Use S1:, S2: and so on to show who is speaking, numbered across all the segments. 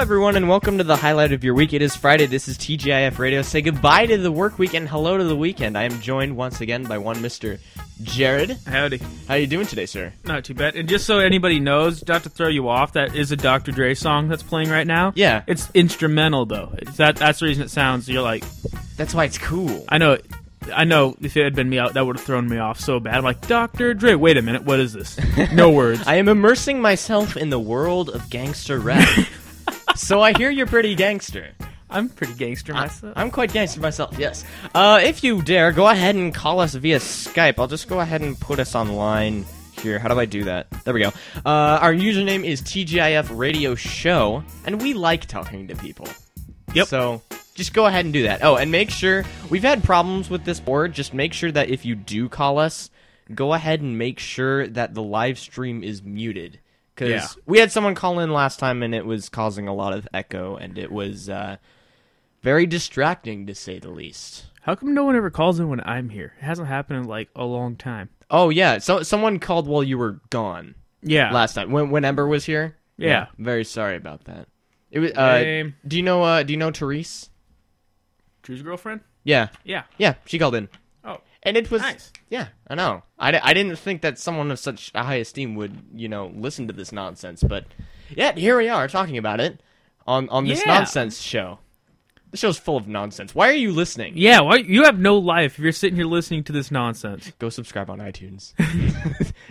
S1: everyone, and welcome to the highlight of your week. It is Friday. This is TGIF Radio. Say goodbye to the work week and hello to the weekend. I am joined once again by one Mr. Jared.
S2: Howdy.
S1: How you doing today, sir?
S2: Not too bad. And just so anybody knows, not to throw you off, that is a Dr. Dre song that's playing right now.
S1: Yeah.
S2: It's instrumental though. It's that that's the reason it sounds you're like
S1: That's why it's cool.
S2: I know I know if it had been me out that would have thrown me off so bad. I'm like, Dr. Dre, wait a minute, what is this? No words.
S1: I am immersing myself in the world of gangster rap. so I hear you're pretty gangster.
S2: I'm pretty gangster myself.
S1: I'm quite gangster myself, yes. Uh, if you dare, go ahead and call us via Skype. I'll just go ahead and put us online here. How do I do that? There we go. Uh, our username is TGIF Radio Show, and we like talking to people.
S2: Yep.
S1: So just go ahead and do that. Oh, and make sure we've had problems with this board. Just make sure that if you do call us, go ahead and make sure that the live stream is muted. Because
S2: Yeah.
S1: we had someone call in last time and it was causing a lot of echo and it was uh, very distracting to say the least.
S2: How come no one ever calls in when I'm here? It hasn't happened in like a long time.
S1: Oh yeah, so someone called while you were gone
S2: Yeah.
S1: last time when when Ember was here.
S2: Yeah.
S1: very sorry about that. It was. Uh,
S2: Lame.
S1: do you know? Uh, do you know Therese?
S2: Drew's girlfriend?
S1: Yeah,
S2: Yeah.
S1: yeah, she called in.
S2: Oh.
S1: And it was
S2: Nice.
S1: Yeah, I know. I, di- I didn't think that someone of such a high esteem would, you know, listen to this nonsense, but yet here we are talking about it on on this
S2: Yeah.
S1: nonsense show. The show's full of nonsense. Why are you listening?
S2: Yeah, why you have no life if you're sitting here listening to this nonsense.
S1: Go subscribe on iTunes.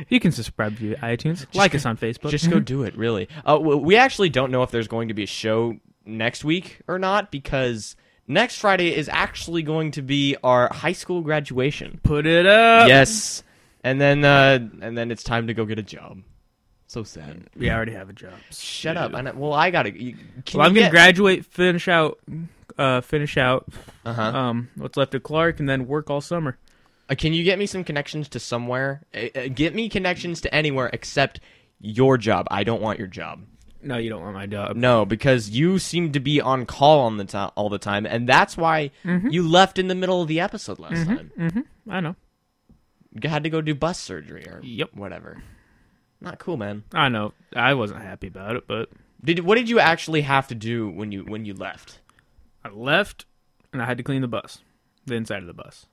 S2: You can subscribe to iTunes, like us on Facebook.
S1: Just go do it, really. Uh, w- we actually don't know if there's going to be a show next week or not because next Friday is actually going to be our high school graduation.
S2: put it up.
S1: yes. And then uh, and then it's time to go get a job. So sad.
S2: We already have a job.
S1: Shut up! I know, well, I gotta. You, can
S2: well,
S1: you
S2: I'm gonna
S1: get-
S2: graduate, finish out, uh, finish out
S1: Uh-huh.
S2: um, what's left of Clark, and then work all summer.
S1: Uh, Can you get me some connections to somewhere? Uh, uh, get me connections to anywhere except your job. I don't want your job.
S2: No, you don't want my job.
S1: No, because you seem to be on call on the to- all the time, and that's why
S2: Mm-hmm.
S1: you left in the middle of the episode last time.
S2: I know,
S1: You had to go do bus surgery or
S2: Yep.
S1: whatever. Not cool, man.
S2: I know. I wasn't happy about it, but
S1: Did what did you actually have to do when you when you left?
S2: I left, and I had to clean the bus, the inside of the bus.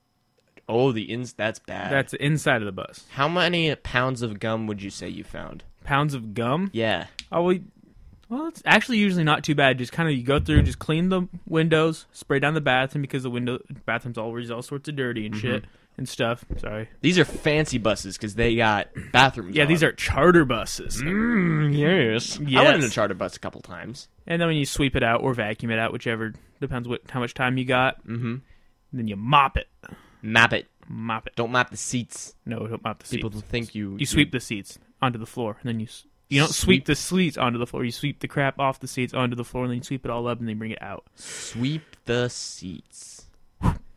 S1: Oh, the ins. That's bad.
S2: That's the inside of the bus.
S1: How many pounds of gum would you say you found?
S2: Pounds of gum.
S1: Yeah.
S2: Oh, we, well, it's actually usually not too bad. Just kind of you go through, just clean the windows, spray down the bathroom because the window bathroom's always all sorts of dirty and shit and stuff. Sorry.
S1: These are fancy buses because they got bathrooms.
S2: Yeah, these are charter buses.
S1: Mm, yes. I went
S2: Yes.
S1: in a charter bus a couple times.
S2: And then when you sweep it out or vacuum it out, whichever depends what how much time you got. Mm-hmm. Then you mop it,
S1: Map it.
S2: mop it.
S1: Don't map the seats.
S2: No, don't mop the seats.
S1: People think you
S2: you sweep the seats onto the floor, and then you s- you don't sweep, the seats onto the floor. You sweep the crap off the seats onto the floor, and then you sweep it all up, and then you bring it out.
S1: sweep the seats.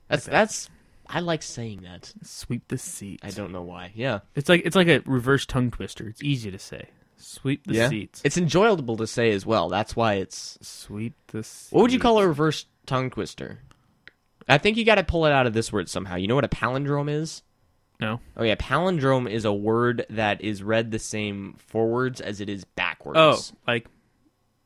S1: That's that's. I like saying that.
S2: Sweep the seats.
S1: I don't know why. Yeah.
S2: It's like it's like a reverse tongue twister. It's easy to say. Sweep the seats.
S1: It's enjoyable to say as well. That's why it's.
S2: Sweep the. Seats.
S1: What would you call a reverse tongue twister? I think you got to pull it out of this word somehow. You know what a palindrome is?
S2: No.
S1: Oh yeah, palindrome is a word that is read the same forwards as it is backwards.
S2: Oh, like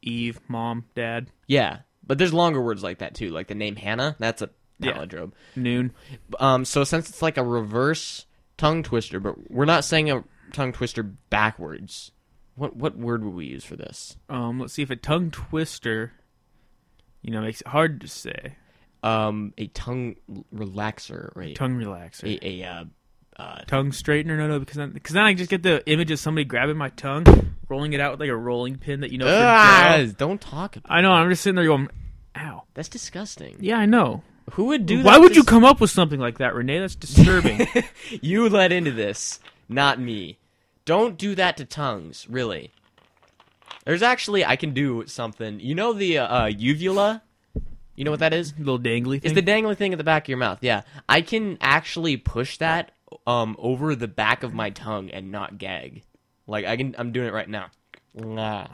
S2: Eve, mom, dad,
S1: Yeah, but there's longer words like that too, like the name Hannah. That's a palindrome.
S2: noon.
S1: Um, so since it's like a reverse tongue twister, but we're not saying a tongue twister backwards. What what word would we use for this?
S2: Um, let's see if a tongue twister, you know, makes it hard to say.
S1: Um, a tongue relaxer, or a
S2: Tongue relaxer,
S1: a, a uh, uh,
S2: tongue straightener. No, no, because then, because then I just get the image of somebody grabbing my tongue, rolling it out with like a rolling pin that you
S1: Ah!
S2: know. for jail.
S1: guys, don't talk about.
S2: I know. I'm just sitting there going, "Ow."
S1: That's disgusting.
S2: Yeah, I know.
S1: Who would do that?
S2: Why would
S1: to
S2: you
S1: s-
S2: come up with something like that, Renee? That's disturbing.
S1: You led into this, not me. Don't do that to tongues, really. There's actually I can do something. You know the uh, uvula? You know what that is?
S2: Little dangly
S1: It's
S2: thing.
S1: the dangly thing at the back of your mouth. Yeah, I can actually push that um over the back of my tongue and not gag. Like I can, I'm doing it right now. Mwah.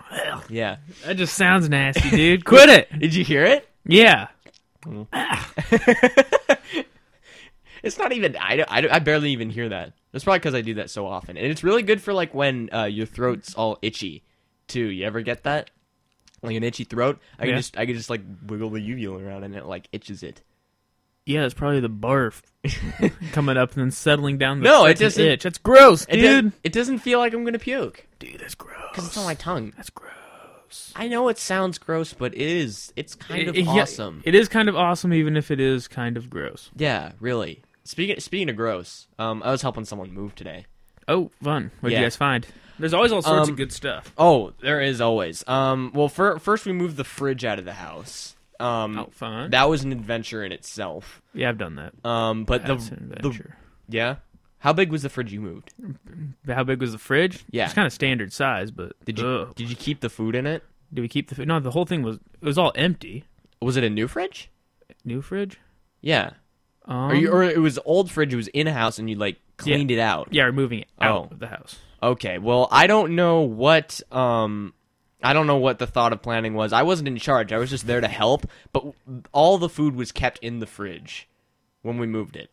S1: Yeah.
S2: That just sounds nasty, dude. Quit it.
S1: Did you hear it?
S2: Yeah.
S1: It's not even. I don't- I, don't- I barely even hear that. That's probably because I do that so often, and it's really good for like when uh, your throat's all itchy, too. You ever get that? like an itchy throat, I
S2: Yeah.
S1: can just I can just like wiggle the uvula around and it like itches it.
S2: Yeah, it's probably the barf coming up and then settling down. The
S1: No, it
S2: freaking
S1: doesn't-
S2: Itch. That's gross,
S1: It,
S2: dude.
S1: does, it doesn't feel like I'm gonna puke
S2: dude, that's gross.
S1: because it's on my tongue.
S2: that's gross.
S1: I know it sounds gross, but it is. It's kind of
S2: It- it- Eh, yeah,
S1: awesome.
S2: it is kind of awesome, even if it is kind of gross.
S1: yeah, really. Speaking speaking of gross, um, I was helping someone move today.
S2: Oh, fun. What'd
S1: Yeah.
S2: you guys find? There's always all sorts
S1: Um,
S2: of good stuff.
S1: Oh, there is always. Um, well, fir- first we moved the fridge out of the house. Um,
S2: Oh, fun.
S1: that was an adventure in itself.
S2: yeah, I've done that.
S1: Um, but the,
S2: That's an
S1: the
S2: adventure.
S1: yeah, how big was the fridge you moved?
S2: How big was the fridge?
S1: Yeah.
S2: It's kind of standard size, but.
S1: Did you
S2: ugh.
S1: did you keep the food in it?
S2: Did we keep the. food? No, the whole thing was. It was all empty.
S1: Was it a new fridge?
S2: New fridge?
S1: Yeah,
S2: Um,
S1: or you, or it was old fridge. It was in house, and you like cleaned it out.
S2: yeah, we're moving it out
S1: Oh.
S2: of the house.
S1: Okay, well, I don't know what um I don't know what the thought of planning was. I wasn't in charge. I was just there to help, but w- all the food was kept in the fridge when we moved it.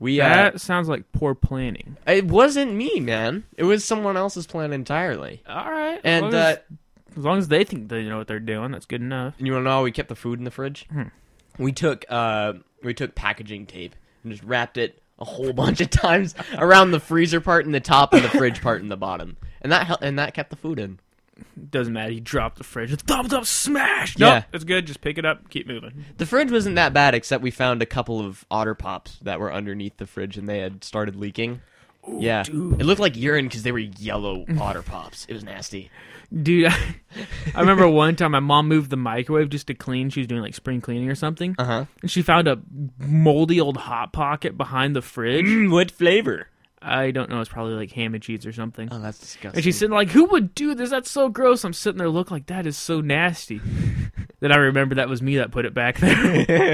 S1: We uh,
S2: That sounds like poor planning.
S1: it wasn't me, man. It was someone else's plan entirely.
S2: All right.
S1: And
S2: as long
S1: uh
S2: as, as long as they think they know what they're doing, that's good enough.
S1: you want to know how we kept the food in the fridge?
S2: Hmm.
S1: We took uh we took packaging tape and just wrapped it a whole bunch of times around the freezer part in the top and the fridge part in the bottom. And that hel- and that kept the food in.
S2: Doesn't matter. You drop the fridge. It's thumbs up, smash.
S1: Yeah.
S2: Nope, it's good. Just pick it up, keep moving.
S1: The fridge wasn't that bad, except we found a couple of otter pops that were underneath the fridge and they had started leaking. yeah, it looked like urine because they were yellow
S2: Mm.
S1: otter pops. It was nasty.
S2: Dude, I, I remember one time my mom moved the microwave just to clean. She was doing like spring cleaning or something.
S1: Uh huh.
S2: And she found a moldy old hot pocket behind the fridge.
S1: what flavor?
S2: I don't know. It's probably like ham and cheese or something.
S1: Oh, that's disgusting.
S2: And she's sitting like, who would do this? That's so gross. I'm sitting there looking like, that is so nasty. then I remember that was me that put it back there.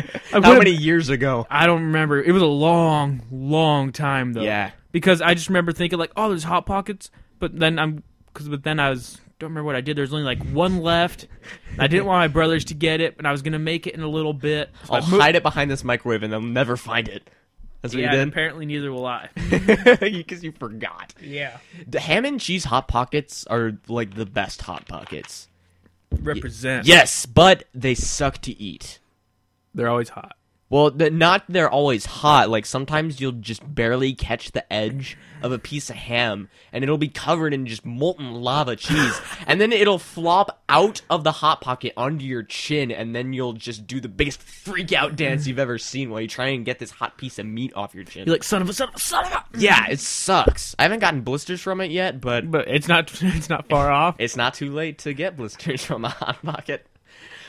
S2: I
S1: "How
S2: would've-
S1: many years ago?"
S2: I don't remember. It was a long, long time though.
S1: Yeah.
S2: Because I just remember thinking like, oh, there's hot pockets, but then I'm because but then I was don't remember what I did. There's only like one left. And I didn't want my brothers to get it, and I was gonna make it in a little bit. So I
S1: I'll
S2: moved-
S1: hide it behind this microwave and they'll never find it. That's what
S2: yeah, and
S1: you
S2: apparently neither will I.
S1: did because you forgot.
S2: yeah.
S1: The ham and cheese hot pockets are like the best hot pockets.
S2: Represent.
S1: Yes, but they suck to eat.
S2: They're always hot.
S1: Well, th- not they're always hot. Like sometimes you'll just barely catch the edge of a piece of ham, and it'll be covered in just molten lava cheese, and then it'll flop out of the hot pocket onto your chin, and then you'll just do the biggest freak out dance you've ever seen while you try and get this hot piece of meat off your chin.
S2: You're like son of a son of a son of a.
S1: yeah, it sucks. I haven't gotten blisters from it yet, but
S2: But it's not. It's not far off.
S1: it's not too late to get blisters from a hot pocket.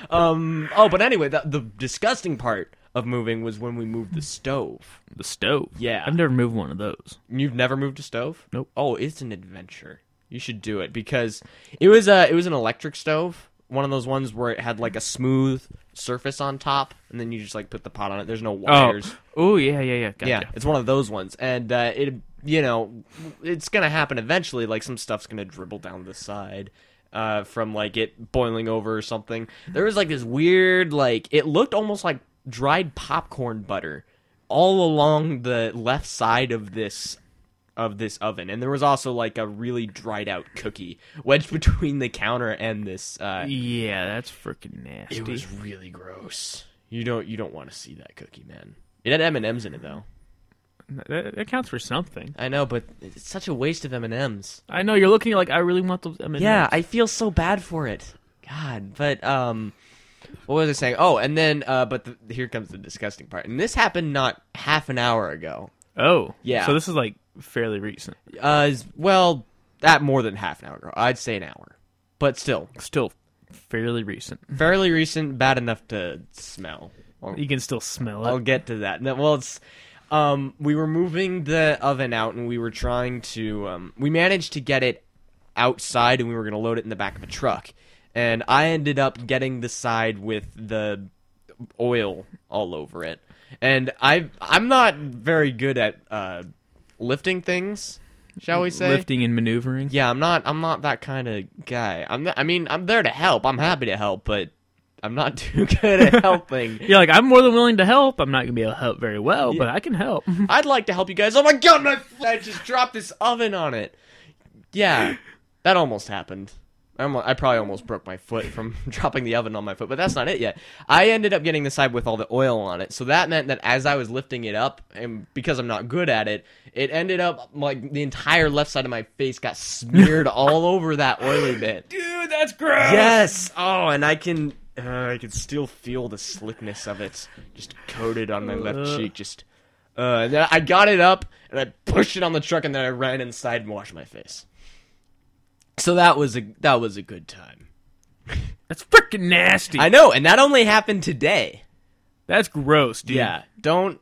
S1: Um. Oh, but anyway, the, the disgusting part of moving was when we moved the stove.
S2: The stove.
S1: Yeah.
S2: I've never moved one of those.
S1: You've never moved a stove?
S2: Nope.
S1: Oh, it's an adventure. You should do it because it was a it was an electric stove, one of those ones where it had like a smooth surface on top, and then you just like put the pot on it. There's no
S2: Oh.
S1: wires.
S2: Oh yeah yeah yeah. Gotcha.
S1: Yeah, it's one of those ones, and uh, it you know it's gonna happen eventually. Like some stuff's gonna dribble down the side. Uh, from like it boiling over or something. There was like this weird, like it looked almost like dried popcorn butter all along the left side of this of this oven, and there was also like a really dried out cookie wedged between the counter and this. Uh,
S2: Yeah, that's freaking nasty.
S1: it was really gross. You don't you don't want to see that cookie, man. It had M and M's in it though.
S2: That, that counts for something.
S1: I know, but it's such a waste of M and M's.
S2: I know you're looking like I really want those M&Ms.
S1: Yeah, I feel so bad for it. God, but um, what was I saying? Oh, and then uh, but the, here comes the disgusting part. And this happened not half an hour ago.
S2: oh
S1: Yeah.
S2: So this is like fairly recent.
S1: Uh, is- well, that more than half an hour ago. I'd say an hour, but still
S2: Still fairly recent.
S1: fairly recent. Bad enough to smell. Or-
S2: You can still smell it.
S1: I'll get to that. No, well, it's um, we were moving the oven out, and we were trying to. Um, we managed to get it outside, and we were going to load it in the back of a truck. And I ended up getting the side with the oil all over it. And I, I'm not very good at uh, lifting things, shall we say?
S2: Lifting and maneuvering.
S1: Yeah, I'm not. I'm not that kind of guy. I'm. Not, I mean, I'm there to help. I'm happy to help, but I'm not too good at helping.
S2: You're like, I'm more than willing to help. I'm not gonna be able to help very well, but I can help.
S1: I'd like to help you guys. Oh my god, my f- I just dropped this oven on it. Yeah, that almost happened. I, almost, I probably almost broke my foot from dropping the oven on my foot, but that's not it yet. I ended up getting the side with all the oil on it, so that meant that as I was lifting it up, and because I'm not good at it, it ended up like the entire left side of my face got smeared all over that oily bit.
S2: Dude, that's gross.
S1: Yes. Oh, and I can uh, I can still feel the slickness of it just coated on my left
S2: Ugh.
S1: cheek. Just uh, and then I got it up and I pushed it on the truck and then I ran inside and washed my face. So that was a that was a good time.
S2: That's freaking nasty.
S1: I know, and that only happened today.
S2: that's gross, dude.
S1: Yeah. Don't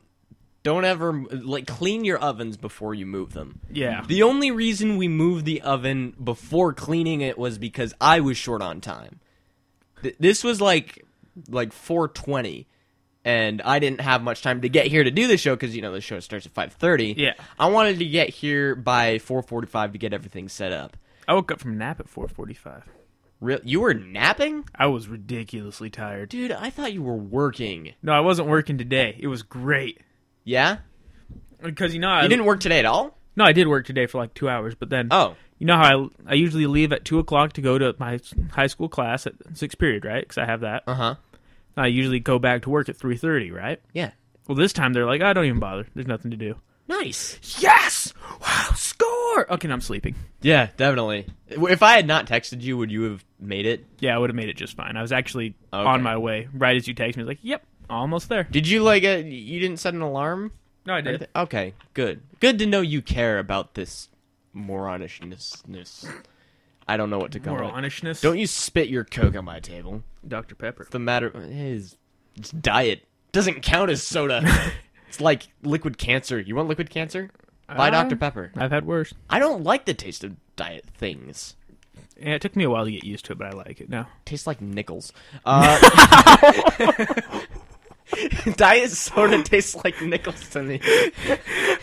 S1: don't ever like clean your ovens before you move them.
S2: Yeah.
S1: The only reason we moved the oven before cleaning it was because I was short on time. Th- this was like like 4:20 and I didn't have much time to get here to do the show cuz you know the show starts at 5:30.
S2: Yeah.
S1: I wanted to get here by 4:45 to get everything set up.
S2: I woke up from a nap at 4:45.
S1: Real you were napping?
S2: I was ridiculously tired.
S1: Dude, I thought you were working.
S2: No, I wasn't working today. It was great
S1: Yeah?
S2: because you know I
S1: You didn't work today at all?
S2: No, I did work today for like two hours, but then
S1: Oh.
S2: you know how I I usually leave at two o'clock to go to my s- high school class at sixth period, right? Because I have that.
S1: Uh-huh.
S2: I usually go back to work at three thirty, right?
S1: Yeah.
S2: Well, this time they're like, I don't even bother. There's nothing to do.
S1: Nice.
S2: Yes! Wow! Score! Okay, now I'm sleeping.
S1: Yeah, definitely. If I had not texted you, would you have made it?
S2: Yeah, I would have made it just fine. I was actually
S1: Okay.
S2: on my way right as you text me. I was like, Yep, almost there.
S1: Did you like a, you didn't set an alarm?
S2: No, I did.
S1: Everything- Okay, good. Good to know you care about this moronishness. I don't know what to call
S2: Moral
S1: it.
S2: honestishness.
S1: Don't you spit your coke on my table.
S2: Dr. Pepper.
S1: The matter is it's diet doesn't count as soda. it's like liquid cancer. You want liquid cancer? Buy
S2: Uh,
S1: Dr Pepper.
S2: I've had worse.
S1: I don't like the taste of diet things.
S2: Yeah, it took me a while to get used to it, but I like it now.
S1: tastes like nickels. Uh, diet soda tastes like nickels to me.
S2: I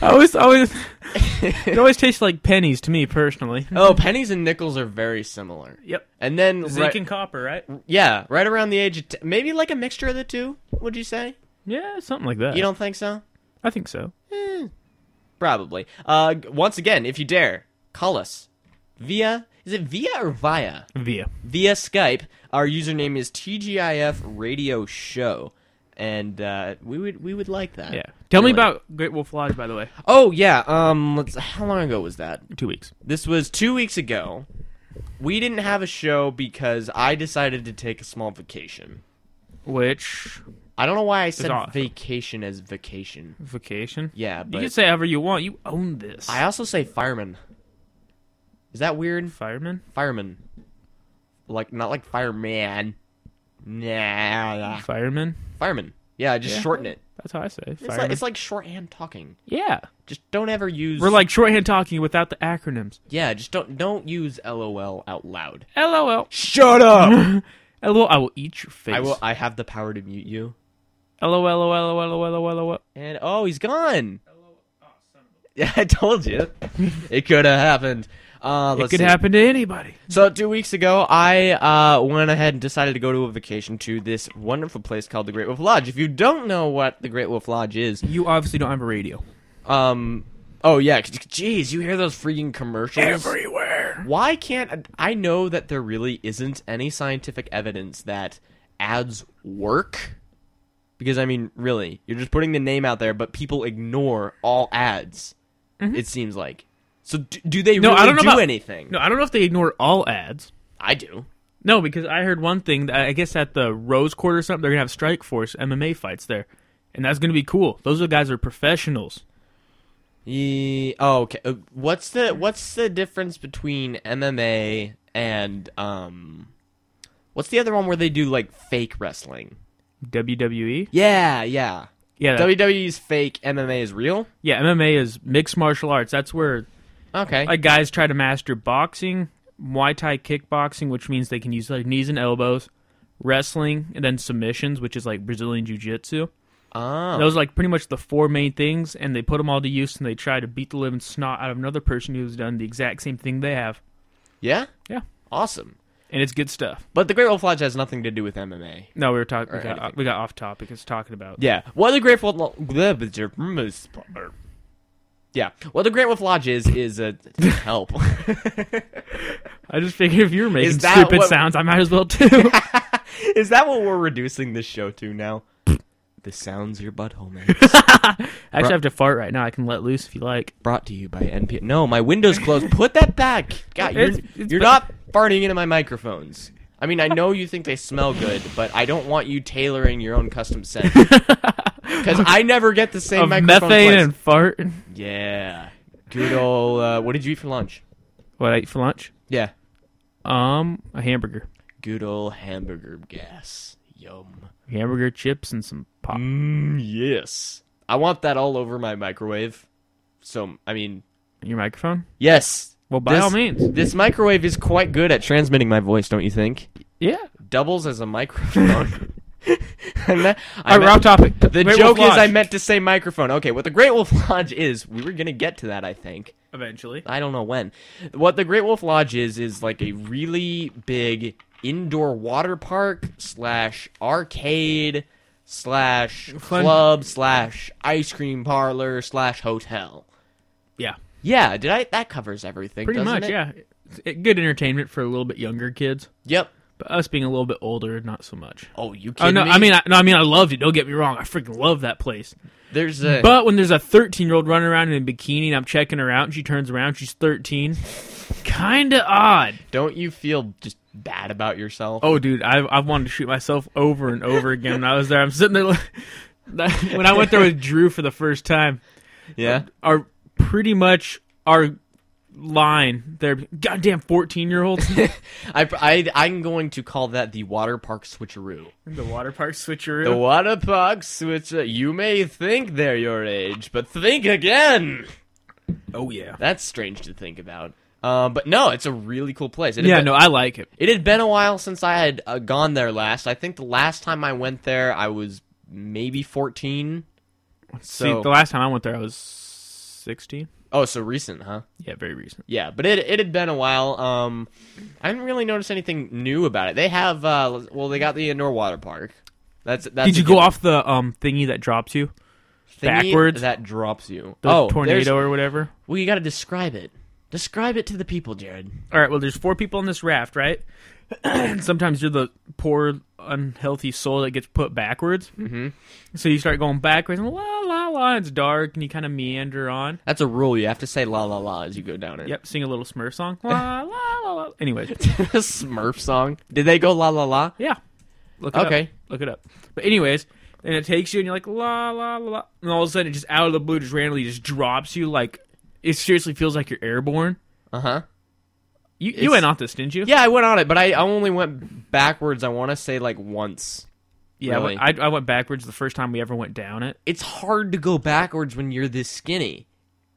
S2: always, always, it always tastes like pennies to me personally.
S1: Oh, pennies and nickels are very similar.
S2: Yep.
S1: And then,
S2: Zinc
S1: right,
S2: and copper, right?
S1: yeah, right around the age of t- maybe like a mixture of the two. Would you say?
S2: Yeah, something like that.
S1: You don't think so?
S2: I think so.
S1: Probably. Uh, g- once again, if you dare, call us via. Is it via or via?
S2: Via.
S1: via Skype. Our username is TGIF Radio Show, and uh, we would we would like that.
S2: Yeah. Tell me
S1: Really.
S2: about Great Wolf Lodge, by the way.
S1: Oh yeah. Um. Let's, how long ago was that?
S2: Two weeks.
S1: This was two weeks ago. We didn't have a show because I decided to take a small vacation.
S2: Which
S1: I don't know why I said
S2: off.
S1: vacation as vacation.
S2: vacation?
S1: Yeah,
S2: You can
S1: but
S2: say however you want. You own this.
S1: I also say fireman. Is that weird?
S2: Fireman.
S1: Fireman. Like not like fireman. Nah.
S2: Fireman.
S1: Fireman. Yeah, just
S2: Yeah.
S1: shorten it.
S2: That's how I say.
S1: It's
S2: Fireman.
S1: like, it's like shorthand talking.
S2: yeah.
S1: Just don't ever use.
S2: We're like shorthand talking without the acronyms.
S1: yeah, just don't don't use LOL out loud.
S2: LOL.
S1: Shut up.
S2: LOL. I will eat your face.
S1: I will. I have the power to mute you.
S2: LOL. LOL. LOL. LOL. LOL.
S1: And oh, he's gone. Yeah, I told you. it could have happened. Uh,
S2: It
S1: let's
S2: could
S1: see.
S2: happen to anybody.
S1: So two weeks ago, I uh, went ahead and decided to go to a vacation to this wonderful place called the Great Wolf Lodge. If you don't know what the Great Wolf Lodge is,
S2: You obviously don't have a radio.
S1: um, oh yeah, jeez, you hear those freaking commercials
S2: Everywhere.
S1: why can't I know that there really isn't any scientific evidence that ads work? Because I mean, really, you're just putting the name out there, but people ignore all ads. It seems like. So do, do they
S2: Mm-hmm. No,
S1: really
S2: I don't know
S1: do
S2: about-
S1: anything?
S2: No, I don't know if they ignore all ads.
S1: I do.
S2: No, because I heard one thing. that- I guess at the Rose Quarter or something, they're gonna have Strike Force MMA fights there, and that's gonna be cool. Those are guys are professionals.
S1: Ye- oh, okay. Uh, What's the what's the difference between MMA and um what's the other one where they do like fake wrestling?
S2: WWE.
S1: Yeah, yeah.
S2: E? Yeah, that-
S1: WWE is fake, MMA is real?
S2: yeah. MMA is mixed martial arts. That's where
S1: Okay.
S2: like guys try to master boxing, Muay Thai, kickboxing, which means they can use like knees and elbows, wrestling, and then submissions, which is like Brazilian Jiu Jitsu.
S1: Ah.
S2: Those are like pretty much the four main things, and they put them all to use, and they try to beat the living snot out of another person who's done the exact same thing they have.
S1: Yeah?
S2: Yeah,
S1: Awesome.
S2: and it's good stuff.
S1: But the Great Wolf Lodge has nothing to do with MMA.
S2: No, we were talking.
S1: Or
S2: We, got-
S1: anything.
S2: we got off topic. It's talking about.
S1: Yeah. What the Great Wolf Lodge. Yeah. What the Great Wolf Lodge is, is a. Help.
S2: I just figured if you're making
S1: Is that
S2: stupid
S1: what-
S2: sounds, I might as well too.
S1: Is that what we're reducing this show to now? the sounds your butthole makes.
S2: I actually have to fart right now. I can let loose if you like.
S1: Brought to you by NP. No, my window's closed. Put that back. God, you're,
S2: It's- it's
S1: you're
S2: ba-
S1: not farting into my microphones. I mean, I know you think they smell good, but I don't want you tailoring your own custom scent because I never get the same
S2: Of
S1: microphone.
S2: methane
S1: place.
S2: and fart.
S1: Yeah, good old. Uh, what did you eat for lunch?
S2: What I ate for lunch?
S1: Yeah,
S2: Um, a hamburger,
S1: good old hamburger gas. Yum.
S2: hamburger chips, and some pop.
S1: Mmm, yes. I want that all over my microwave. So, I mean,
S2: Your microphone?
S1: yes.
S2: Well, by
S1: This-
S2: all means.
S1: This microwave is quite good at transmitting my voice, don't you think?
S2: Yeah.
S1: Doubles as a microphone. I me- I
S2: All right, we're
S1: meant-
S2: off topic.
S1: The joke is I meant to say microphone. Okay, what the Great Wolf Lodge is, we were going to get to that, I think.
S2: eventually.
S1: I don't know when. What the Great Wolf Lodge is is like a really big indoor water park slash arcade slash
S2: Fun-
S1: club slash ice cream parlor slash hotel.
S2: Yeah.
S1: Yeah, did I? That covers everything.
S2: Pretty
S1: doesn't
S2: much.
S1: it?
S2: Yeah. It's- it- good entertainment for a little bit younger kids,
S1: Yep.
S2: but us being a little bit older, not so much.
S1: Oh, you
S2: Oh
S1: kidding
S2: no!
S1: me?
S2: I mean, I, no, I mean, I loved it. Don't get me wrong. I freaking love that place.
S1: there's a
S2: But when there's a 13 year old running around in a bikini and I'm checking her out and she turns around, she's 13. Kinda odd.
S1: Don't you feel just bad about yourself?
S2: Oh, dude, I've, I've wanted to shoot myself over and over again when I was there. I'm sitting there. like- when I went there with Drew for the first time,
S1: yeah.
S2: our pretty much our line there, goddamn 14 year olds.
S1: I, I I'm going to call that the water park switcheroo.
S2: the water park switcheroo.
S1: The water park switcher. You may think they're your age, but think again.
S2: oh, yeah.
S1: That's strange to think about. Um, but no, it's a really cool place. It had
S2: Yeah,
S1: been,
S2: no, I like it.
S1: It had been a while since I had uh, gone there last. I think the last time I went there, I was maybe fourteen. So
S2: See, the last time I went there, I was 16.
S1: oh, so recent, huh?
S2: Yeah, very recent.
S1: Yeah, but it it had been a while. Um, I didn't really notice anything new about it. They have uh, well, they got the indoor water park. That's that's.
S2: Did
S1: a
S2: you go
S1: given.
S2: off the um thingy that drops you?
S1: Thingy
S2: backwards?
S1: That drops you.
S2: The
S1: oh, there's-
S2: tornado or whatever?
S1: Well, you got to describe it. Describe it to the people, Jared.
S2: all right well there's four people on this raft right and sometimes you're the poor unhealthy soul that gets put backwards mm-hmm. so you start going backwards and la la la it's dark and you kind of meander on
S1: That's a rule. You have to say la la la as you go down it.
S2: yep sing a little smurf song la la la la anyways
S1: a Smurf song. Did they go la la la?
S2: yeah look it up.
S1: Okay.
S2: look it up but anyways and it takes you and you're like la la la la and all of a sudden it just out of the blue just randomly just drops you like it seriously feels like you're airborne
S1: Uh
S2: Uh-huh.
S1: huh.
S2: you,
S1: It's-
S2: you went off this didn't you
S1: Yeah, I went on it, but I I only went backwards. I want to say like once.
S2: yeah I
S1: really.
S2: went- I, I went backwards the first time we ever went down it
S1: It's hard to go backwards when you're this skinny.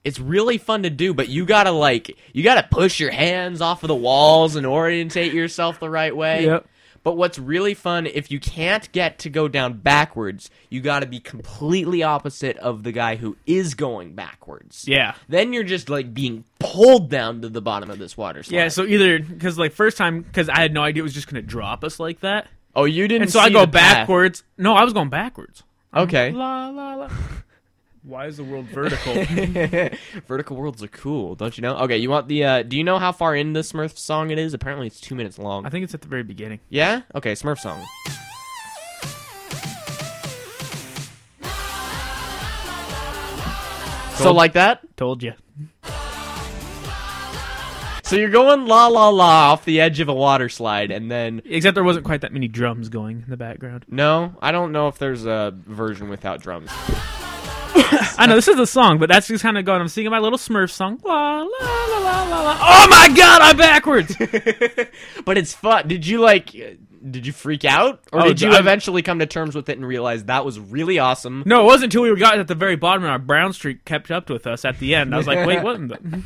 S1: It's really fun to do, but you gotta like you gotta push your hands off of the walls and orientate yourself the right way.
S2: Yep.
S1: But what's really fun, if you can't get to go down backwards, you gotta be completely opposite of the guy who is going backwards.
S2: yeah
S1: Then you're just like being pulled down to the bottom of this water slide.
S2: Yeah, so either because like first time because I had no idea it was just gonna drop us like that,
S1: oh, you didn't.
S2: and so I
S1: see
S2: go
S1: the path.
S2: backwards. No, I was going backwards.
S1: Okay.
S2: La la la. Why is the world vertical?
S1: Vertical worlds are cool, don't you know? Okay, you want the? uh Do you know how far in the Smurf song it is? Apparently, it's two minutes long.
S2: I think it's at the very beginning.
S1: Yeah? Okay, Smurf song. So
S2: Cool.
S1: like that?
S2: Told you.
S1: So you're going la la la off the edge of a water slide and then
S2: Except there wasn't quite that many drums going in the background.
S1: no, I don't know if there's a version without drums.
S2: I know this is a song, but that's just kind of going. I'm singing my little Smurf song. La la la la la. la. Oh my God! I'm backwards.
S1: But it's fun. Did you like uh, did you freak out or
S2: Oh,
S1: did you
S2: I-
S1: eventually come to terms with it and realize that was really awesome?
S2: no, it wasn't until we got at the very bottom and our brown streak kept up with us at the end. I was like, wait, what? In the...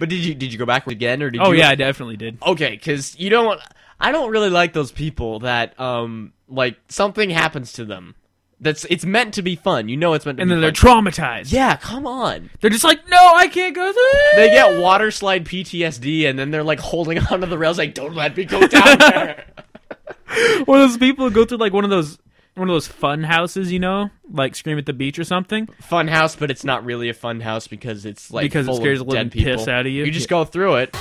S1: But did you did you go back again or did
S2: Oh
S1: you
S2: yeah, I definitely did.
S1: okay because you don't i don't really like those people that um like something happens to them that's it's meant to be fun you know it's meant to
S2: And
S1: be
S2: then they're
S1: fun.
S2: traumatized.
S1: yeah come on
S2: They're just like, no, I can't go through.
S1: they get water slide ptsd and then they're like holding onto the rails like don't let me go down there
S2: one of those people who go through like one of those one of those fun houses, you know, like Scream at the Beach or something.
S1: fun house but it's not really a fun house because it's like
S2: Because it
S1: full
S2: scares
S1: of
S2: the living
S1: dead people.
S2: piss out of you.
S1: you just go through it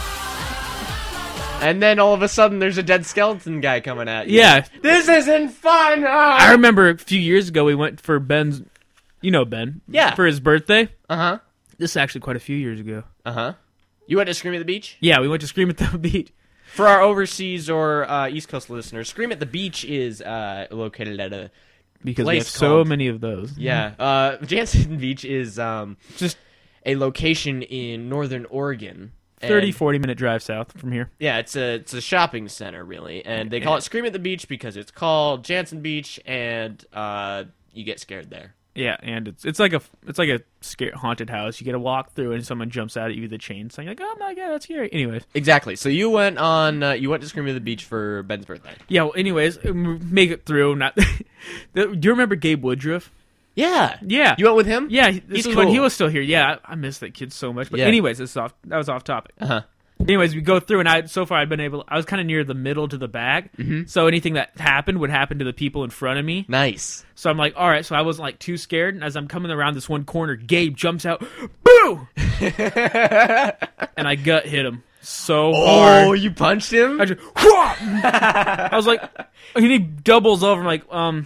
S1: And then all of a sudden, there's a dead skeleton guy coming at you.
S2: Yeah.
S1: This isn't fun. Ah!
S2: I remember a few years ago we went for Ben's, you know Ben,
S1: Yeah.
S2: for his birthday.
S1: Uh huh.
S2: This is actually quite a few years ago.
S1: Uh huh. You went to Scream at the Beach?
S2: Yeah, we went to Scream at the Beach.
S1: For our overseas or uh, East Coast listeners, Scream at the Beach is uh, located at a.
S2: because we
S1: Place
S2: have so
S1: called-
S2: many of those.
S1: Yeah. Uh, Jansen Beach is um,
S2: Mm-hmm. Just
S1: a location in northern Oregon.
S2: 30,
S1: And-
S2: 40 minute drive south from here.
S1: Yeah, it's a it's a shopping center really, and they call it Scream at the Beach because it's called Jansen Beach, and uh, you get scared there.
S2: Yeah, and it's it's like a it's like a scare, haunted house. You get a walk through, and someone jumps out at you with a chain, saying like, "Oh my god, that's scary." Anyways,
S1: Exactly. So you went on uh, you went to Scream at the Beach for Ben's birthday.
S2: yeah. Well, anyways, um, make it through. Not. do you remember Gabe Woodruff?
S1: Yeah.
S2: Yeah,
S1: You went with him?
S2: yeah. This
S1: He's
S2: is when he
S1: cool.
S2: was still here. Yeah, I, I miss that kid so much. But
S1: Yeah.
S2: anyways, this is off. That was off topic.
S1: Uh-huh.
S2: Anyways, we go through, and I so far I've been able. I was kind of near the middle to the back,
S1: Mm-hmm.
S2: so anything that happened would happen to the people in front of me.
S1: Nice.
S2: So I'm like, all right. So I wasn't like too scared. And as I'm coming around this one corner, Gabe jumps out, boo, and I gut hit him so
S1: Oh,
S2: hard.
S1: you punched him?
S2: I just, Whoa! I was like, and he doubles over. I'm like, um,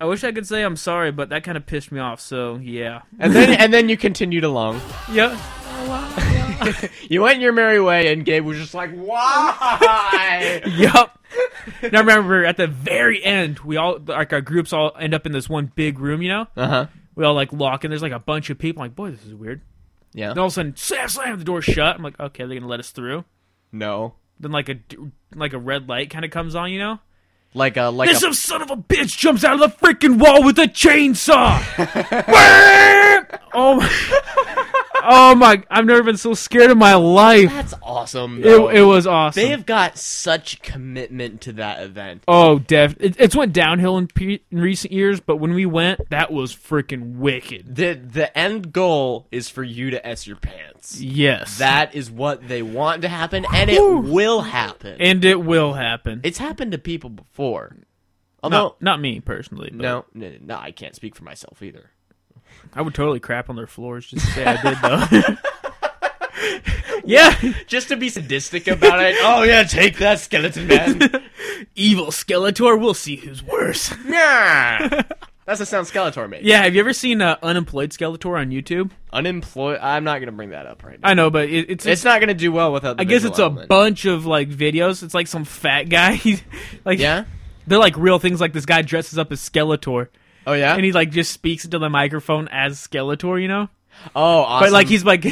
S2: I wish I could say I'm sorry, but that kind of pissed me off. So yeah,
S1: and then and then you continued along.
S2: yeah.
S1: You went your merry way, and Gabe was just like, "Why?"
S2: Yup. And I remember at the very end, we all like our groups all end up in this one big room. You know,
S1: uh huh.
S2: we all like lock in. There's like a bunch of people. I'm like, boy, this is weird.
S1: Yeah.
S2: And all of a sudden, slam, slam, the door shut. I'm like, okay, they're gonna let us through.
S1: No.
S2: Then like a d- like a red light kind of comes on, you know.
S1: Like a like
S2: This
S1: a,
S2: son of a bitch jumps out of the freaking wall with a chainsaw. Wham! oh my! Oh my! I've never been so scared in my life.
S1: that's awesome.
S2: It,
S1: though.
S2: it was awesome.
S1: Oh. They have got such commitment to that event.
S2: oh, def. It, it's went downhill in, pe- in recent years, but when we went, that was freaking wicked.
S1: The the end goal is for you to s your pants.
S2: Yes,
S1: That is what they want to happen, and it
S2: Whew.
S1: will happen.
S2: and it will happen.
S1: it's happened to people before. Although
S2: not, not me personally. But
S1: no, no, no, I can't speak for myself either.
S2: I would totally crap on their floors just to say I did though. yeah.
S1: Just to be sadistic about it. Oh yeah, take that skeleton man.
S2: Evil Skeletor, we'll see who's worse.
S1: yeah. That's the sound Skeletor made.
S2: yeah, have you ever seen uh, Unemployed Skeletor on YouTube?
S1: Unemployed. I'm not gonna bring that up right now.
S2: I know, but it, it's,
S1: it's not gonna do well without. The
S2: I guess
S1: visual
S2: it's a
S1: element.
S2: bunch of like videos. It's like some fat guy. He's, like
S1: Yeah.
S2: they're like real things. Like this guy dresses up as Skeletor,
S1: Oh yeah.
S2: and he like just speaks into the microphone as Skeletor. You know,
S1: oh, awesome.
S2: but like he's like.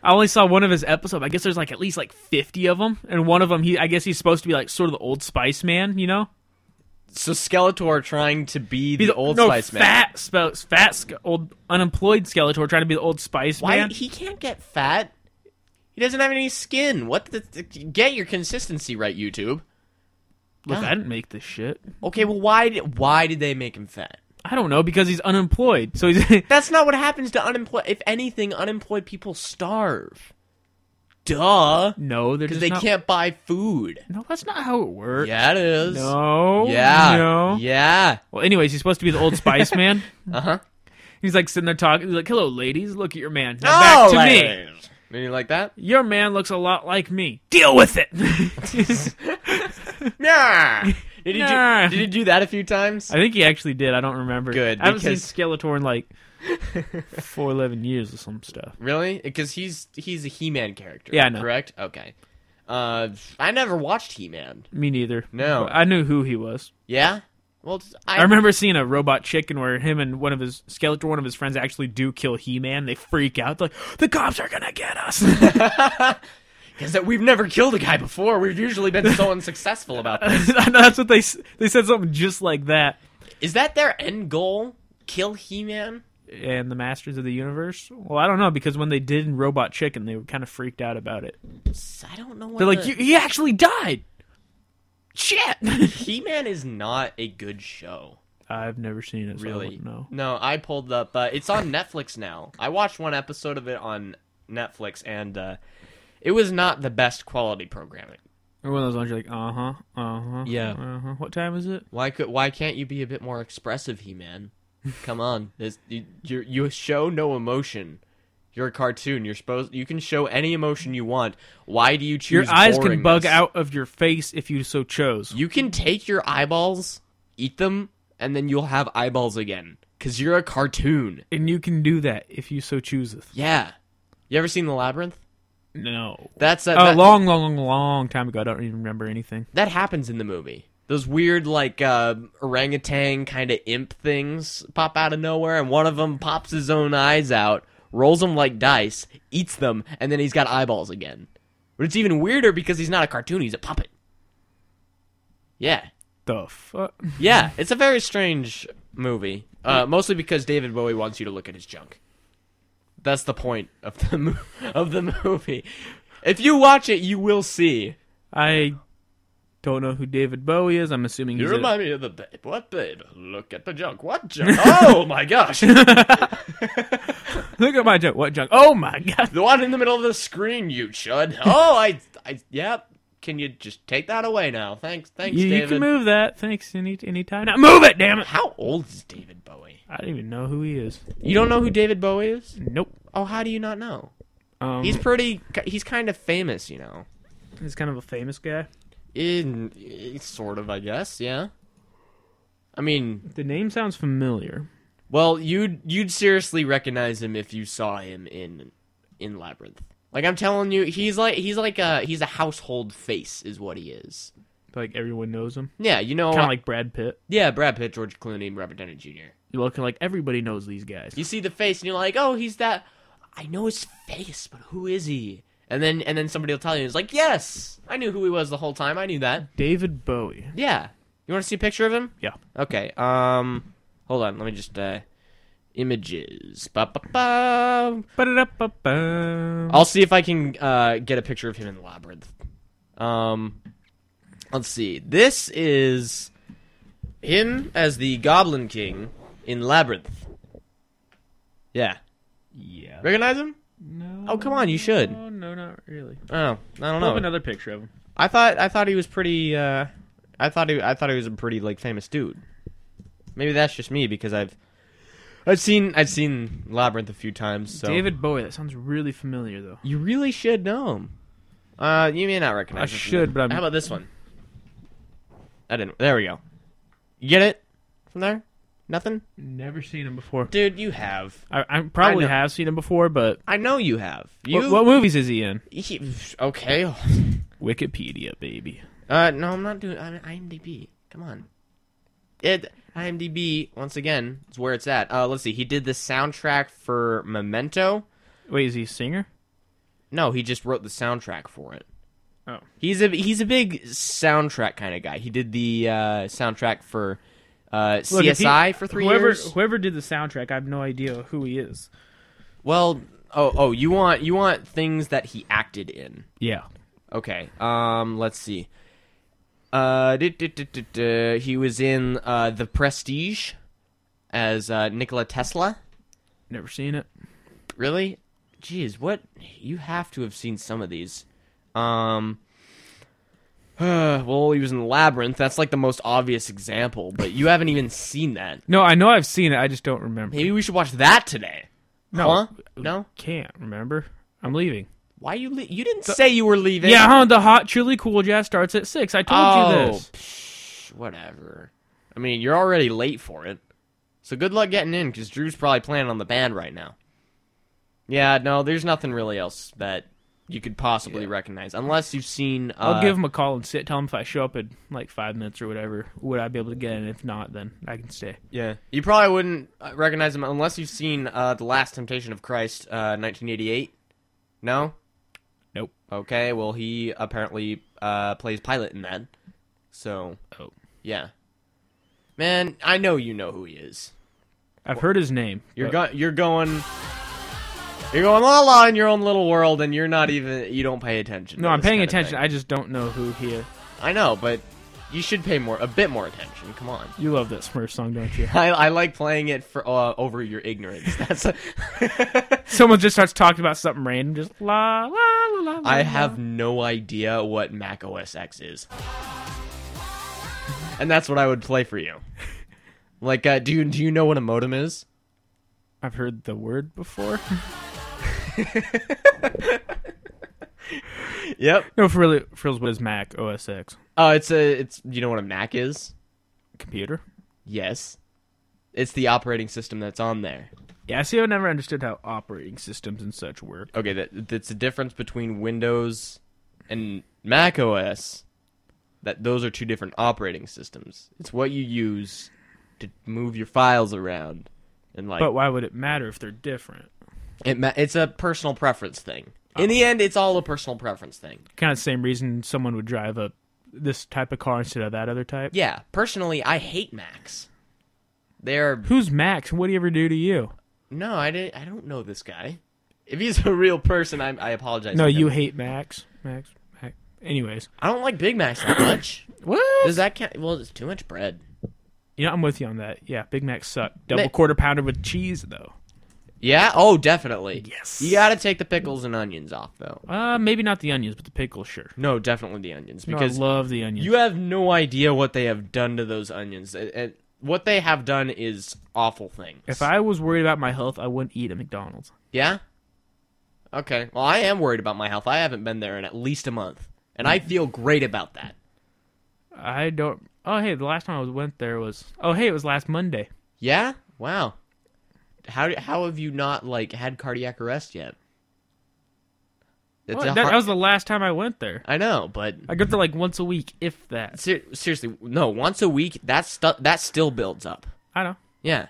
S2: I only saw one of his episodes. I guess there's like at least like 50 of them, and one of them, he I guess he's supposed to be like sort of the Old Spice Man, you know?
S1: so Skeletor trying to be
S2: He's
S1: the Old
S2: no,
S1: Spice man.
S2: Fat, spe- fat, sc- old unemployed Skeletor trying to be the old Spice
S1: Why
S2: man.
S1: he can't get fat? He doesn't have any skin. What the, get your consistency right, YouTube?
S2: Look,
S1: God.
S2: I didn't make this shit.
S1: Okay, well why did why did they make him fat?
S2: I don't know because he's unemployed. So he's
S1: That's not what happens to unemployed. If anything, unemployed people starve. Duh,
S2: no, they're
S1: because
S2: just
S1: they
S2: not-
S1: can't buy food.
S2: No, that's not how it works.
S1: Yeah, it is.
S2: No.
S1: Yeah.
S2: No.
S1: Yeah.
S2: Well, anyways, he's supposed to be the old Spice man.
S1: Uh huh.
S2: He's like sitting there talking. He's like, "Hello, ladies. Look at your man. Now back to me.
S1: Maybe like that?
S2: Your man looks a lot like me. Deal with it."
S1: Yeah. Did he,
S2: Nah.
S1: do, did he do that a few times?
S2: I think he actually did. I don't remember.
S1: Good,
S2: I haven't
S1: because-
S2: seen Skeletor in like four eleven years or some stuff.
S1: Really? Because he's he's a He-Man character.
S2: Yeah, I know.
S1: Correct. Okay. Uh, I never watched He-Man.
S2: Me neither.
S1: No.
S2: But I knew who he was.
S1: Yeah. Well, it's- I,
S2: I remember seeing a robot chicken where him and one of his Skeletor, one of his friends, actually do kill He Man. They freak out. They're like the cops are gonna get us.
S1: because that we've never killed a guy before. We've usually been so unsuccessful about this.
S2: I know that's what they s- they said something just like that.
S1: Is that their end goal? Kill He-Man?
S2: And the Masters of the Universe. Well, I don't know because when they did in Robot Chicken, they were kind of freaked out about it.
S1: S- I don't know. What
S2: They're like,
S1: the-
S2: "You- he actually died. Shit.
S1: He-Man is not a good show.
S2: I've never seen it. So
S1: Really?
S2: no.
S1: No, I pulled up. Uh, it's on Netflix now. I watched one episode of it on Netflix, and uh, it was not the best quality programming.
S2: Or one of those ones you're like, uh huh, uh huh,
S1: Yeah.
S2: uh huh. What time is it?
S1: Why could why can't you be a bit more expressive, He Man? Come on, this you you- you show no emotion. You're a cartoon. You're supposed you can show any emotion you want. Why do you choose
S2: Your eyes can bug
S1: boringness?
S2: out of your face if you so chose.
S1: You can take your eyeballs, eat them, and then you'll have eyeballs again cuz you're a cartoon.
S2: and you can do that if you so chooseth.
S1: Yeah. You ever seen The Labyrinth?
S2: No.
S1: That's that,
S2: A
S1: that,
S2: long, long, long, long time ago. I don't even remember anything.
S1: that happens in the movie. Those weird like uh, orangutan kind of imp things pop out of nowhere and one of them pops his own eyes out, rolls them like dice, eats them, and then he's got eyeballs again. But it's even weirder because he's not a cartoon, he's a puppet. Yeah.
S2: The fuck?
S1: Yeah, it's a very strange movie. Uh, mostly because David Bowie wants you to look at his junk. That's the point of the mo- of the movie. If you watch it, you will see.
S2: I don't know who David Bowie is. I'm assuming he's. A,
S1: me of the babe. What babe? Look at the junk. What junk? oh my gosh! The
S2: look at my junk. What junk? Oh my god.
S1: one in the middle of the screen. You should. Oh, I, I, yep. Can you just take that away now? Thanks, thanks,
S2: You, you
S1: David.
S2: can move that. Thanks. Any any time now. Move it. Damn it.
S1: How old is David Bowie?
S2: I don't even know who he is.
S1: You don't know who David Bowie is?
S2: Nope.
S1: Oh, how do you not know?
S2: Um,
S1: He's
S2: he's
S1: pretty. He's kind of famous, you know.
S2: kind of a famous guy.
S1: In eh, sort of, I guess. Yeah. I mean,
S2: The name sounds familiar.
S1: well, you'd you'd seriously recognize him if you saw him in in Labyrinth. Like I'm telling you, he's like he's like a he's a household face, is what he is.
S2: Like everyone knows him.
S1: Yeah, you know.
S2: Kind of like Brad Pitt.
S1: yeah, Brad Pitt, George Clooney, Robert Downey Jr.
S2: You're looking like everybody knows these guys.
S1: You see the face, and you're like, oh, he's that. I know his face, but who is he? And then and then somebody will tell you, it's like, yes, I knew who he was the whole time. I knew that.
S2: David Bowie.
S1: Yeah. You want to see a picture of him?
S2: Yeah.
S1: Okay. Um, hold on. Let me just uh, images. Ba, ba, ba.
S2: Ba-da-da-ba-ba.
S1: I'll see if I can uh, get a picture of him in labyrinth. Um, let's see. This is him as the Goblin King in labyrinth. Yeah.
S2: Yeah.
S1: Recognize him?
S2: No.
S1: Oh, come on. You should.
S2: No, no, not really.
S1: Oh, I don't
S2: Pull up
S1: know.
S2: another picture of him.
S1: I thought I thought he was pretty. Uh, I thought he I thought he was a pretty like famous dude. Maybe that's just me because I've. I've seen I've seen Labyrinth a few times. So
S2: David Bowie. That sounds really familiar, though.
S1: You really should know him. Uh, you may not recognize.
S2: I
S1: this one.
S2: should, but I'm-
S1: How about this one? I didn't. There we go. You get it from there? Nothing,
S2: Never seen him before.
S1: dude. You have.
S2: I, I probably
S1: I know.
S2: have seen him before, but
S1: I know you have. You
S2: what, what movies is he in?
S1: he- okay?
S2: Wikipedia, baby.
S1: Uh, no, I'm not doing. I'm IMDb. Come on. It IMDb once again is where it's at. Uh, let's see. He did the soundtrack for Memento.
S2: Wait, is he a singer?
S1: No, he just wrote the soundtrack for it.
S2: Oh.
S1: He's a he's a big soundtrack kind of guy. He did the uh, soundtrack for uh,
S2: Look, if he-
S1: CSI for three
S2: whoever,
S1: years.
S2: Whoever did the soundtrack, I have no idea who he is.
S1: Well, oh oh, you want you want things that he acted in.
S2: Yeah.
S1: Okay. Um, let's see. Uh, du- du- du- du- du. he was in uh, The Prestige as uh, Nikola Tesla.
S2: Never seen it.
S1: Really? Jeez, what? You have to have seen some of these. Um. well, he was in Labyrinth. That's like the most obvious example, but you haven't even seen that.
S2: No, I know I've seen it. I just don't remember.
S1: Maybe we should watch that today.
S2: No.
S1: Huh? No?
S2: Can't remember. I'm leaving.
S1: Why you? Le- you didn't say you were leaving.
S2: Yeah, huh? The hot, chili, cool jazz starts at six. I told you
S1: Oh,
S2: this.
S1: psh, whatever. I mean, you're already late for it. So good luck getting in, because Drew's probably playing on the band right now. Yeah, no, there's nothing really else that you could possibly recognize, unless you've seen. Uh,
S2: I'll give him a call and sit. Tell him if I show up in like five minutes or whatever, would I be able to get in? If not, then I can stay.
S1: Yeah, you probably wouldn't uh, recognize him unless you've seen uh, the Last Temptation of Christ, uh, 1988. No.
S2: Nope.
S1: Okay. Well, he apparently uh, plays Pilate in that. So
S2: Oh,
S1: yeah, man, I know you know who he is.
S2: I've heard his name.
S1: You're
S2: but
S1: go- you're going. You're going la la in your own little world, and you're not even. You don't pay attention.
S2: No,
S1: to
S2: I'm
S1: this
S2: paying
S1: kind of
S2: attention.
S1: thing.
S2: I just don't know who he is.
S1: I know, but you should pay more, a bit more attention. Come on.
S2: You love that Smurf song, don't you?
S1: I, I like playing it for uh, over your ignorance. That's. A-
S2: Someone just starts talking about something random, just la la la la. la,
S1: I
S2: la.
S1: have no idea what Mac OS X is. And that's what I would play for you. Like, uh, do you do you know what a modem is?
S2: I've heard the word before.
S1: Yep.
S2: No, for really, Frills, what is Mac OS X?
S1: Uh, it's a it's you know what a Mac is?
S2: Computer?
S1: Yes. It's the operating system that's on there.
S2: Yeah, see, I never understood how operating systems and such work.
S1: Okay, that that's the difference between Windows and Mac OS. That those are two different operating systems. It's what you use to move your files around, and like
S2: But why would it matter if they're different?
S1: it ma- it's a personal preference thing. In
S2: Oh.
S1: the end, it's all a personal preference thing.
S2: Kind of same reason someone would drive a this type of car instead of that other type.
S1: Yeah, personally, I hate Macs. They're
S2: Who's Max? and What do you ever do to you?
S1: no, I didn't, I don't know this guy. If he's a real person, I, I apologize.
S2: No,
S1: to
S2: you
S1: him.
S2: hate Max. Max. Mac. Anyways,
S1: I don't like Big Macs that much.
S2: what?
S1: Does that count? Well, it's too much bread.
S2: Yeah, I'm with you on that. Yeah, Big Macs suck. Double
S1: Ma-
S2: quarter pounder with cheese though.
S1: Yeah. Oh, definitely.
S2: Yes.
S1: You gotta take the pickles and onions off though.
S2: Uh, maybe not the onions, but the pickles, sure.
S1: No, definitely the onions
S2: No,
S1: because
S2: I love the onions.
S1: you have no idea what they have done to those onions. And- and what they have done is awful things.
S2: if I was worried about my health, I wouldn't eat at McDonald's.
S1: yeah. Okay. Well, I am worried about my health. I haven't been there in at least a month, and I feel great about that.
S2: I don't. Oh, hey, the last time I was went there was. Oh, hey, it was last Monday.
S1: Yeah. Wow. How how have you not like had cardiac arrest yet? It's
S2: Well,
S1: a
S2: that,
S1: har-
S2: that was the last time I went there.
S1: I know, but
S2: I go there like once a week, if that.
S1: ser- seriously, no. Once a week, that stuff that still builds up.
S2: I don't.
S1: Yeah.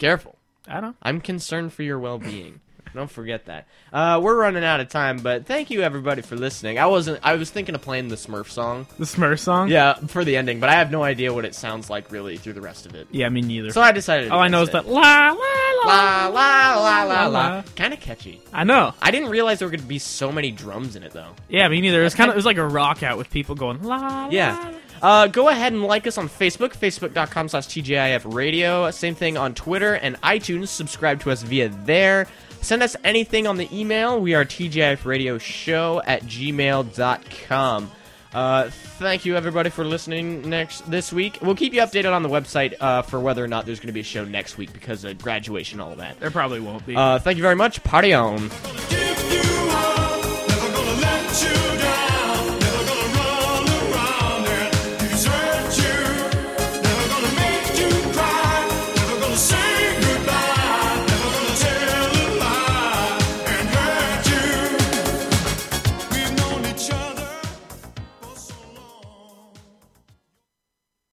S1: Careful.
S2: I don't.
S1: I'm concerned for your well being. Don't forget that. Uh, we're running out of time, but thank you everybody for listening. I wasn't. I was thinking of playing the Smurf song.
S2: The Smurf song.
S1: Yeah, for the ending, but I have no idea what it sounds like really through the rest of it.
S2: Yeah, me neither.
S1: So I decided.
S2: All I know is that
S1: against
S2: la la
S1: it.
S2: la.
S1: la la la la
S2: la,
S1: la.
S2: la.
S1: Kind of catchy.
S2: I know.
S1: I didn't realize there were going to be so many drums in it though.
S2: Yeah, me neither. It's kind of it was like a rock out with people going la.
S1: Yeah. Uh, go ahead and like us on Facebook, facebook.com slash TGIF radio. Same thing on Twitter and iTunes. Subscribe to us via there. Send us anything on the email. We are TGIF radio show at gmail.com. Uh, thank you everybody for listening next this week. We'll keep you updated on the website uh, for whether or not there's going to be a show next week because of graduation, all that.
S2: There probably won't be.
S1: Uh, thank you very much. Party on.
S3: If you